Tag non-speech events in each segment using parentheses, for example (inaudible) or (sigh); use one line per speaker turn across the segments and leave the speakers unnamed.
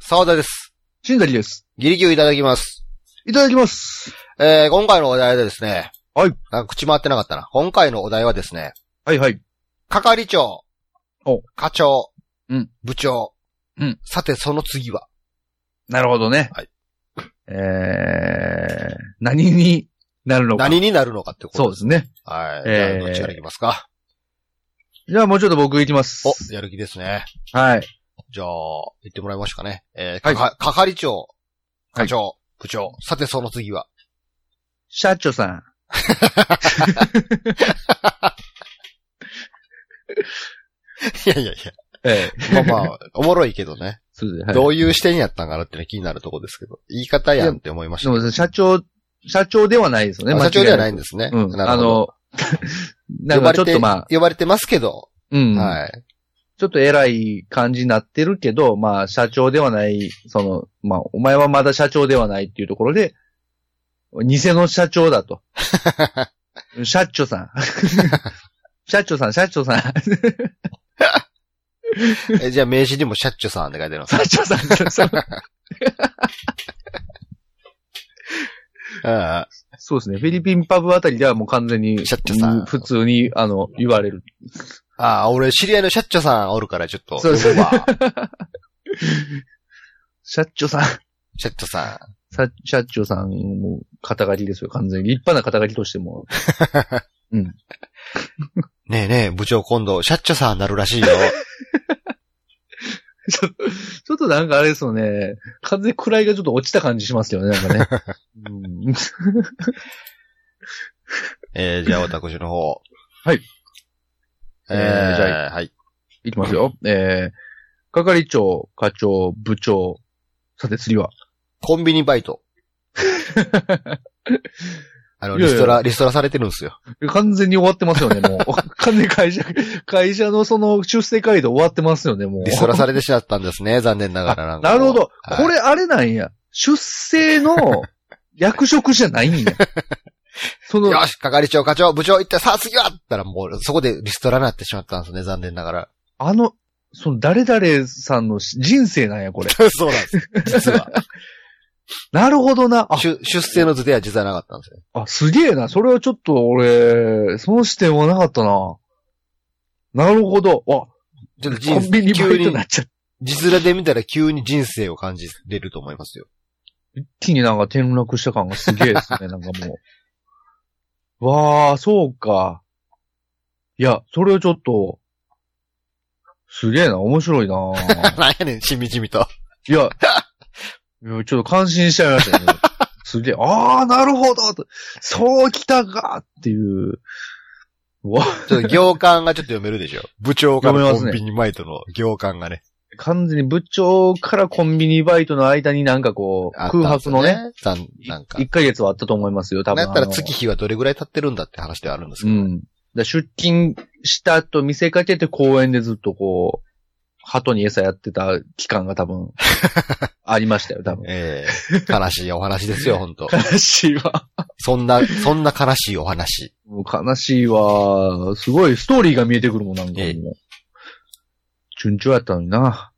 沢田です。
しんだりです。
ギリギリいただきます。
いただきます。
えー、今回のお題でですね。
はい。
なんか口回ってなかったな。今回のお題はですね、
はいはい。
係長。
お
課長。
うん
部長。
うん
さて、その次は。
なるほどね。
はい。
えー、何になるのか。
何になるのかってこと
そうですね。
はい。
え
じ
ー
ゃあどっちからいきますか。
じゃあもうちょっと僕行きます。
お、やる気ですね。
はい。
じゃあ、言ってもらいましょうかね。えー、
は
か
い
か、係長。課長。部長。さて、その次
(laughs)
は。
社長さん。
いやいやい
ええ
や。まあまあ、おもろいけどね。
そうですね。
ど
は
ういう視点やったんかなってね気になるとこですけど。言い方やんって思いま
い
し
で
た。
も社長、社長ではないですよね。
あ社長ではないん
で
ですね。
うん。
な
あ
るほど。
の、 (laughs) なんかちょっとまあ、
呼ばれてますけど、
うん。
はい。
ちょっと偉い感じになってるけど、まあ、社長ではない、その、まあ、お前はまだ社長ではないっていうところで、偽の社長だと。社長さん。 (laughs) 社長さん、社長さん、
えじゃあ名刺にもシャッチュさんって書い
(laughs)
てあります。
社長さん、社長さん。
あ
そうですね。フィリピンパブあたりではもう完全に、
社長さん
う普通に、あの、言われる。
あ、俺知り合いのシャッチュさんおるからちょっと呼
そう
ぶ
です
わ。
社長さん、
シャッチュさん。
社社長さん、もう、肩書きですよ、完全に。立派な肩書きとしても。
ねえねえ、部長今度、シャッチュさんなるら
(laughs)
しいよ。
ちょちょっとなんかあれですよね。完全に位がちょっと落ちた感じしますよね、な
(laughs)
んかね。うん
えーじゃあ私の方。
はい。
え
えーじゃ
ー、はい。
いきますよ。えー、係長、課長、部長。さ
(laughs)
て次は。
コンビニバイト。あの、
いや
リ
いや
ストラ、リストラされてるんですよ。
完全に終わってますよね、もう。完全に会社、会社のその出世街道終わってますよね、もう。
リストラされてしまったんですね、残念ながらな
あ
んか。
なるほど。
はい
これあれなんや。出世の役職じゃないんや。その、
よし、係長、課長、部長行って、さあ次はって言ったらもう、そこでリストラになってしまったんですね、残念ながら。
あの、その誰々さんの人生なんや、こ
(laughs)
れ。
そうなんです。実は。
なるほどな。あ、
出出世の図では実はなかったんですよ。
あ、すげえな。それはちょっと俺、その視点はなかったな。なるほど。あ、
ちょっと
コ
人
ンビニバ
急
イトに
に
な、っちゃった。
実面で見たら急に人生を感じれると思いますよ。 (laughs)
一気になんか転落した感がすげえですね。なんかもう。わあ、そうか。いや、それをちょっと、すげえな。面白いな。
なんやねん、しみじみと。
いや、いやちょっと感心しちゃいましたね。すげえ。ああ、なるほど。とそうきたかっていう。うわ
ちょっと行間がちょっと読めるでしょ。部長から
読めま
コ
す
ン
ね
ビニバイトの行間がね。
完全に部長からコンビニバイトの間になんかこう、
あったん
空
です
白
よ
のね、。
残なんか。
1ヶ月はあったと思いますよ、多
なんや
分。
ったら
あの
月日はどれぐらい経ってるんだって話ではあるんですけ
う
ど。
ん。だ出勤したと見せかけて公園でずっとこう、鳩に餌やってた期間が
(laughs)
多分、ありましたよ、多分。
ええ悲しいお話ですよ、本当
悲しいわ。
そんな、そんな悲しいお話。
もう悲しいわ。すごいストーリーが見えてくるもん、なんかも
ええ
う。順調やったの
(laughs)
にな。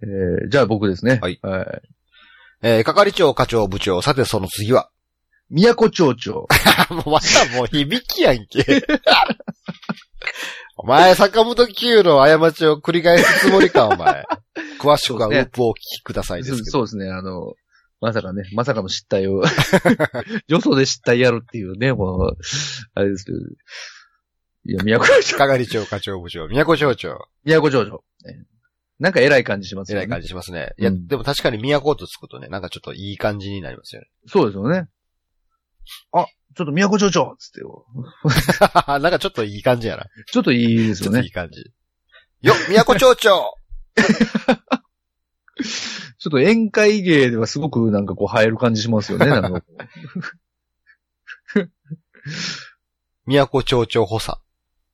えーじゃあ僕ですね。
はい。
はい、
えー、係長、課長、部長、さてその次は。
宮古町長。
(laughs) もうまたもう響きやんけ。お前、坂本九の過ちを繰り返すつもりか、お前。詳しくはウープをお聞きくださいです
そう
けど。
そう (laughs) ですね、あの、まさかね、まさかの失態を、 (laughs) よそで失態やるっていうね、もう、あれですけど。いや、宮古町、
係長、課長、部長、宮古町長。
(laughs) 宮古町長。ねなんか偉い感じします
え
よ
ら
ね。
い感じしますね。
うん
いや、でも確かに宮古とつくとね、なんかちょっといい感じになりますよね。 (laughs)
そうですよね。あ、ちょっと宮古町長っつってよ。
なんかちょっといい感じやな。
ちょっといいです
ちょ
よ
っと
ね
い。い感じ。よ、宮古町長
ちょっと宴会芸ではすごくなんかこう映える感じしま
(laughs)
すよね、なんかこう。
宮古町長補佐。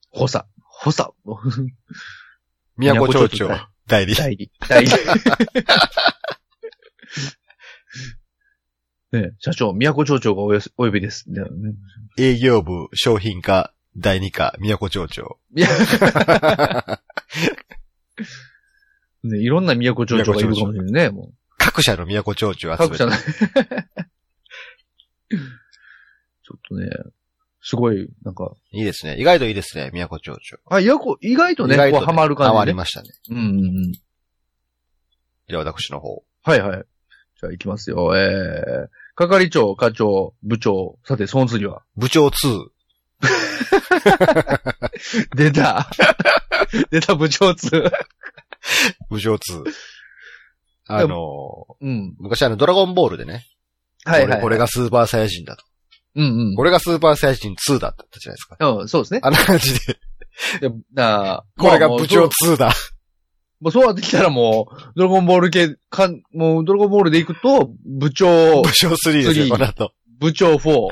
補佐。補佐。
宮古町
宮古
長
町長
代理。
代理。代理。 (laughs) ね社長、宮古町長がおよすお呼びです。だよ (laughs) ね。
営業部商品課第2課宮古町長。
いや、ねいろんな宮古町長がいるかもしれないね、も
各社の都町長
う。
を集
各
め
社
て
の。。 (laughs) ちょっとね、すごい、なんか、
いいですね。意外といいですね、都町長。
あ、やこ、意外とね、
意外
ことうハマる感じ、ね。
ハマりましたね。
うんうんうん。
では私の方。
はいはい。じゃあ行きますよ。えー、係長、課長、部長、さて、その次は。
部長2。
出た (laughs) 出た、部長2。
部長2。あのー、
うん。
昔あの、ドラゴンボールでね。
はいはい。
俺これ。がスーパーサイヤ人だと。
うんうん。
これがスーパーサイヤ人2だったじゃないですか。
うん、そうですね。
あの感じで、
でな
これが部長
もう
2だ。
もうそうなってきたらもう、ドラゴンボール系、かん、もうドラゴンボールで行くと、部長
部、長3ですよ、
次
この後。
部長4、
い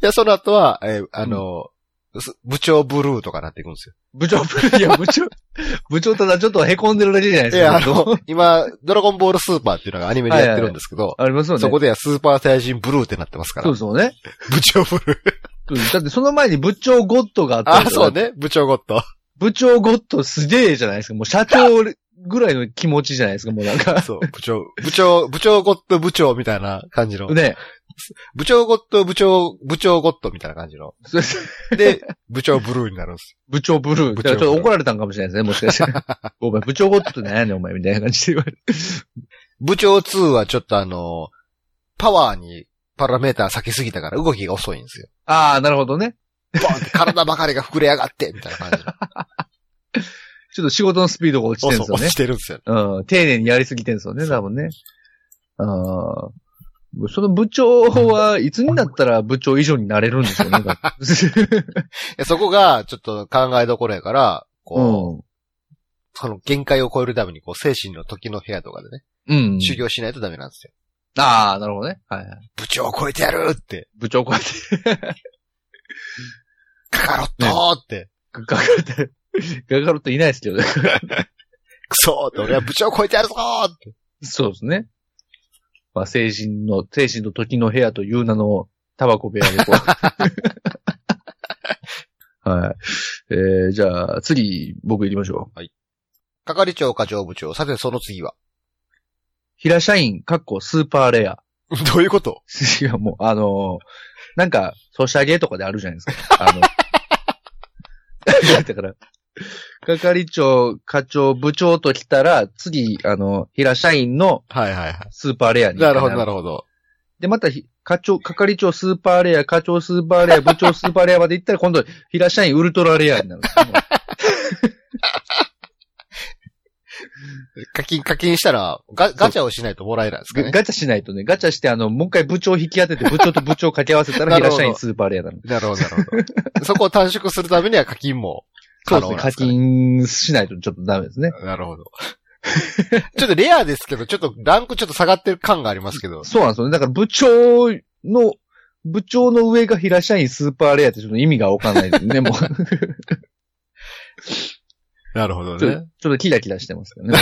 や、その後は、えーあのー、す部長ブルーとかなっていくんですよ。
部長、
(laughs)
いや、部長、部長ただちょっと凹んでるだけじゃないです
いや、
か。
あの、今、ドラゴンボールスーパーっていうのがアニメでやってるんですけど、
ありますよね。
そこではスーパーサイヤ人ブルーってなってますから
そう。ですよね。
部長ブルー。
そうですだってその前に部長ゴッドがあったん
あ、
ですよ
そう。ね。部長ゴッド。
部長ゴッドすげえじゃないですか。もう社長ぐらいの気持ちじゃないですか、もうな
(laughs)
んか。
そう、部長、部長、部長ゴッド部長みたいな感じの。
ね。
部長ゴッド部長、部長ゴッドみたいな感じの。
そう
で、 (laughs) 部長ブルーになるんです。
部長ブルー。
部
だ
長ブルー
からちょっと怒られたんかもしれないですね、もしかして。
(laughs)
お前、部長ゴッドって何やねん、お前、みたいな感じで言われる。
部長2はちょっとあの、パワーにパラメーター先すぎたから動きが遅いんですよ。
ああ、なるほどね。
ボンって体ばかりが膨れ上がってみたいな感じの。
(laughs) ちょっと仕事のスピードが落ちてるんですよ
落
ね
ち。てるんですよ。
うん。丁寧にやりすぎてるんですよね、多分ね。ああ。その部長はいつになったら部長以上になれるんです
(laughs)
よね。だって
いやそこがちょっと考えどころやから、
う
こう、
ん。
その限界を超えるためにこう、精神の時の部屋とかでね、
うん。
修行しないとダメなんですよ。
ああ、なるほどね。はいはい。
部長を超えてやるって、
部長こうやって。 (laughs)
カカロットーって。
ガガガルって、ガガルっていないですけどね。
くそーって、俺は部長を超えてやるぞーって。
そうですね。まあ、精神の、精神の時の部屋という名のタバコ部屋でこう。はい。えー、じゃあ、次、僕行きましょう。
係長、課長、部長。さて、その次は。
平社員、かっこスーパーレア。
(laughs) どういうこと
いや、もう、あのーなんか、ソシャゲとかであるじゃないですか。あの、 (laughs) だから、係長、課長、部長と来たら、次、あの、平社員の
はいはいは
スーパーレア
い。
に。
なるほど、なるほど。
で、またひ、課長、係長スーパーレア、課長スーパーレア、部長スーパーレアまで行ったら、今度、平社員ウルトラレアになるんですよ。
課金、課金したら、ガガチャをしないともらえないんですか
ガ
ね。
ガチャしないとね、ガチャして、あの、もう一回部長引き当てて、部長と部長掛け合わせたら、
なる
平
ほど
社員スーパーレアなの。
なるほど、なるほど。 (laughs) そこを短縮するためには課金も可
そうで
能
すね。
なん
課
ですかね。
金しないとちょっとダメですね。
なるほど。 (laughs) ちょっとレアですけど、ちょっとランクちょっと下がってる感がありますけど。
そうなんですよね。だから部長の、部長の上が平社員スーパーレアってちょっと意味がわかんないですね、もう。ちょ
なるほど
っとちょっ。とキラキラしてますけどね。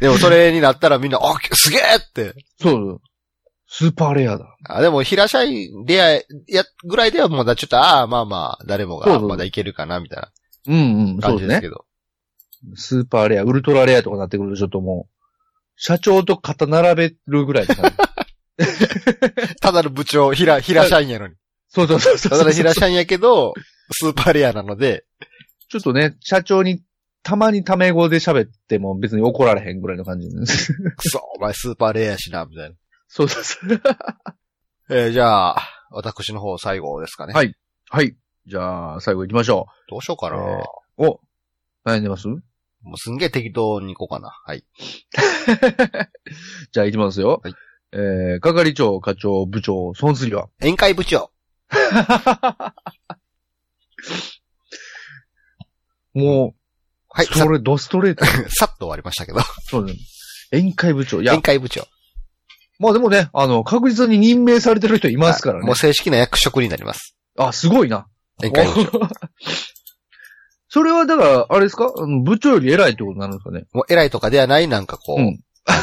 でもそれになったらみんな、あ、すげえって。
そう。スーパーレアだ。
あ、でも平社員、レア、や、ぐらいではまだちょっと、ああ、まあまあ、誰も
そう
が、
そう
まだいけるかな、みたいな
うんうん、そ
感
う
じ
で
です
すね。
けど。
スーパーレア、ウルトラレアとかなってくるとちょっともう、社長と肩並べるぐらい (laughs) の感じ
ただの部長、平、平社員やのに。
そうそうそうそう。
ただの平社員やけど、スーパーレアなので、
ちょっとね、社長にたまにタメ語で喋っても別に怒られへんぐらいの感じです。
くそ、お前スーパーレアやしな、みたいな。
(laughs) そうそうそう。
えーじゃあ、私の方最後ですかね。
はいはい。じゃあ、最後行きましょ
どうしようかな。
えーう。お、悩んでます
もうすんげえ適当に行こうかな。はい。
じゃあ行きますよ。
はい
えー、係長、課長、部長、その次は
宴会部長。
もう、
はい。さ
それ、ドストレート。
さっと終わりましたけど。
そうね。宴会部長。いや
宴、会部長。
まあでもね、あの、確実に任命されてる人いますから
はい
ね
もう。正式な役職になります。
あ、すごいな。
宴会部長。
(laughs) それはだから、あれですかあの部長より偉いってことになるんですかね
もう偉いとかではない、なんかこう、
うん
な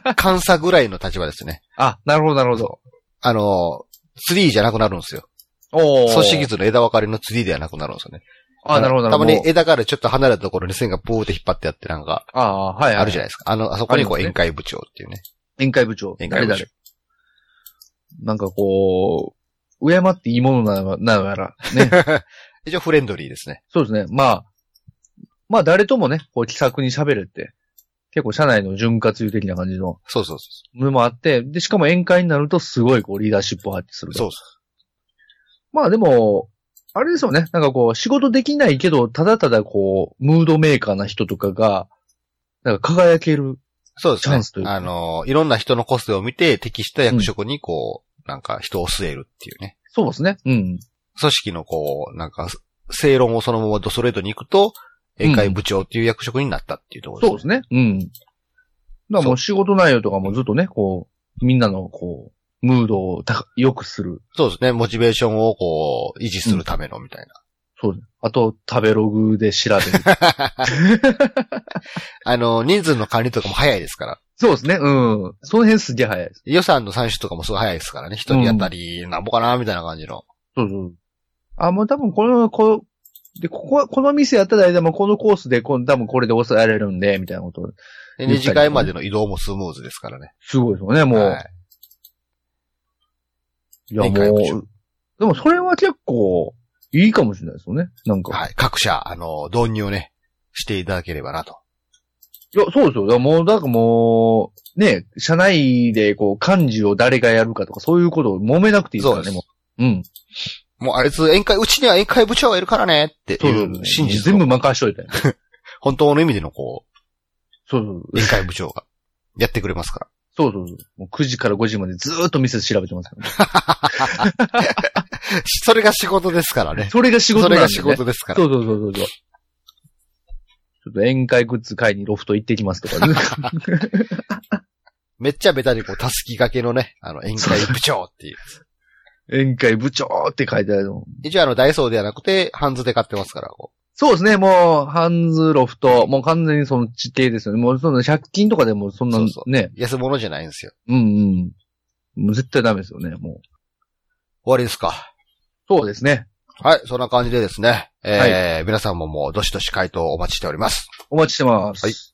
ん
(laughs)
か、監査ぐらいの立場ですね。
あ、なるほど、なるほど。
あのー、ツリーじゃなくなるんですよ。
おー
組織図の枝分かれのツリーではなくなるんですよね。
ああ、なるほど、な
た
るほ
ま
ど。
に枝からちょっと離れたところに線がブーって引っ張ってやってなんか、
ああ、はい、はい。
あるじゃないですか。あの、あそこにこう
ありますね
宴会部長っていうね。
宴会部長。
宴会部長
誰々。なんかこう、敬っていいものなのながら、ね。
(laughs) 一応フレンドリーですね。
そうですね。まあ、まあ誰ともね、こう気さくに喋れて、結構社内の潤滑油的な感じの
そうそうそ
のもあって、で、しかも宴会になるとすごいこうリーダーシップを発揮する
う。
と。
そうそう。
まあでも、あれですよね。なんかこう、仕事できないけど、ただただこう、ムードメーカーな人とかが、なんか輝ける。
そうですね。
チャンスというか
あの、いろんな人の個性を見て適した役職にこう、なんか人を据えるっていうね。
そうですね。うん。
組織のこう、なんか、正論をそのままドストレートに行くと、宴会部長っていう役職になったっていうところ
そうです
ね。
ね。うん。だからもう仕事内容とかもずっとね、こう、みんなのこう、ムードをた良くする。
そうですね。モチベーションをこう、維持するためのみたいな。
そうです。あと、食べログで調べ (laughs) る。
あの、人数の管理とかも早いですから。
そうですね。うん。その辺すげえ早いです。
予算の算出とかもすごい早いですからね。一人当たり、なんぼかなみたいな感じの。
そうそう。あ、もう多分この、こで、ここは、この店やったらでもこのコースで、こん多分これで抑えられるんで、みたいなこと。
で
言
二
ったりとかね
次会までの移動もスムーズですからね。
すごいですよね、もう。
はい
い、や、も
理解不足
う。でもそれは結構、いいかもしれないですよね。なんか。
はい。各社、あの、導入をね、していただければなと。
いや、そうですよ。だからもう、だからもう、ね、社内で、こう、幹事を誰がやるかとか、そういうことを揉めなくていいですからね、
そうで
もう。うん。
もうあいつ、宴会、うちには宴会部長がいるからねっていう真実
全
の。
部任しといたよ。
本当の意味でのこう、
そうそう
(laughs)
そう。
宴会部長がやってくれますから。
そうそうそう。もう9時から5時までずーっと店調べてますからね、
それが仕事ですからね。
それが仕事
そ
なん
れ
で、ね。
が仕事ですから。
そうそうそうそうそう。ちょっと宴会グッズ買いにロフト行ってきますとか、ね、
(laughs) めっちゃベタにこう、たすき掛けのね、あの、宴会部長っていう。
宴会部長って書いてあるの。
一応あの、ダイソーではなくて、ハンズで買ってますから、こ
そうですね、もう、ハンズロフト、もう完全にその地形ですよね。もうその100均とかでもそんな
そ
ね、
うそ安物じゃないんですよ。
うんうん。もう絶対ダメですよね、もう。
終わりですか。
そうですね。
はい、そんな感じでですね。えー皆さんももう、どしどし回答をお待ちしております。
お待ちしてます。
はい